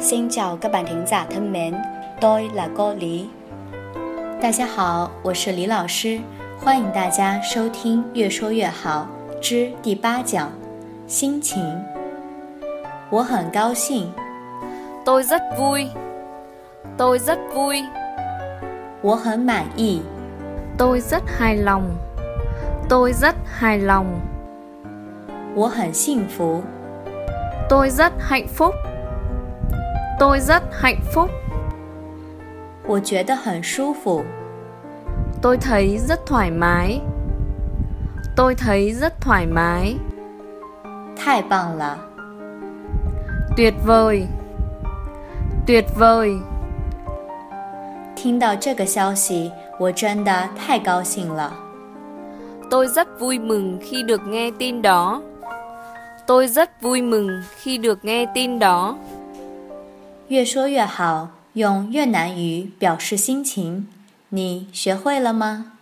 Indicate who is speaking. Speaker 1: Xin chào các bạn thính giả thân mến, tôi là cô Lý.
Speaker 2: 大家好，我是李老师，欢迎大家收听《越说越好》之第八讲《心情》。我很高兴，
Speaker 3: Tôi rất vui. Tôi rất vui.
Speaker 2: 我很满意，
Speaker 3: Tôi rất hài lòng. Tôi rất hài lòng.
Speaker 2: 我很幸福，
Speaker 3: Tôi rất hạnh phúc. Tôi rất hạnh phúc.
Speaker 2: 我觉得很舒服，
Speaker 3: Tôi thấy rất thoải mái. Tôi thấy rất thoải mái.
Speaker 2: 太棒了！
Speaker 3: Tuyệt vời. Tuyệt vời.
Speaker 2: 听到这个消息，我真的太高兴了。
Speaker 3: Tôi rất vui mừng khi được nghe tin đó. Tôi rất vui mừng khi được nghe tin đó.
Speaker 2: 越说越好，用越南语表示心情，你学会了吗？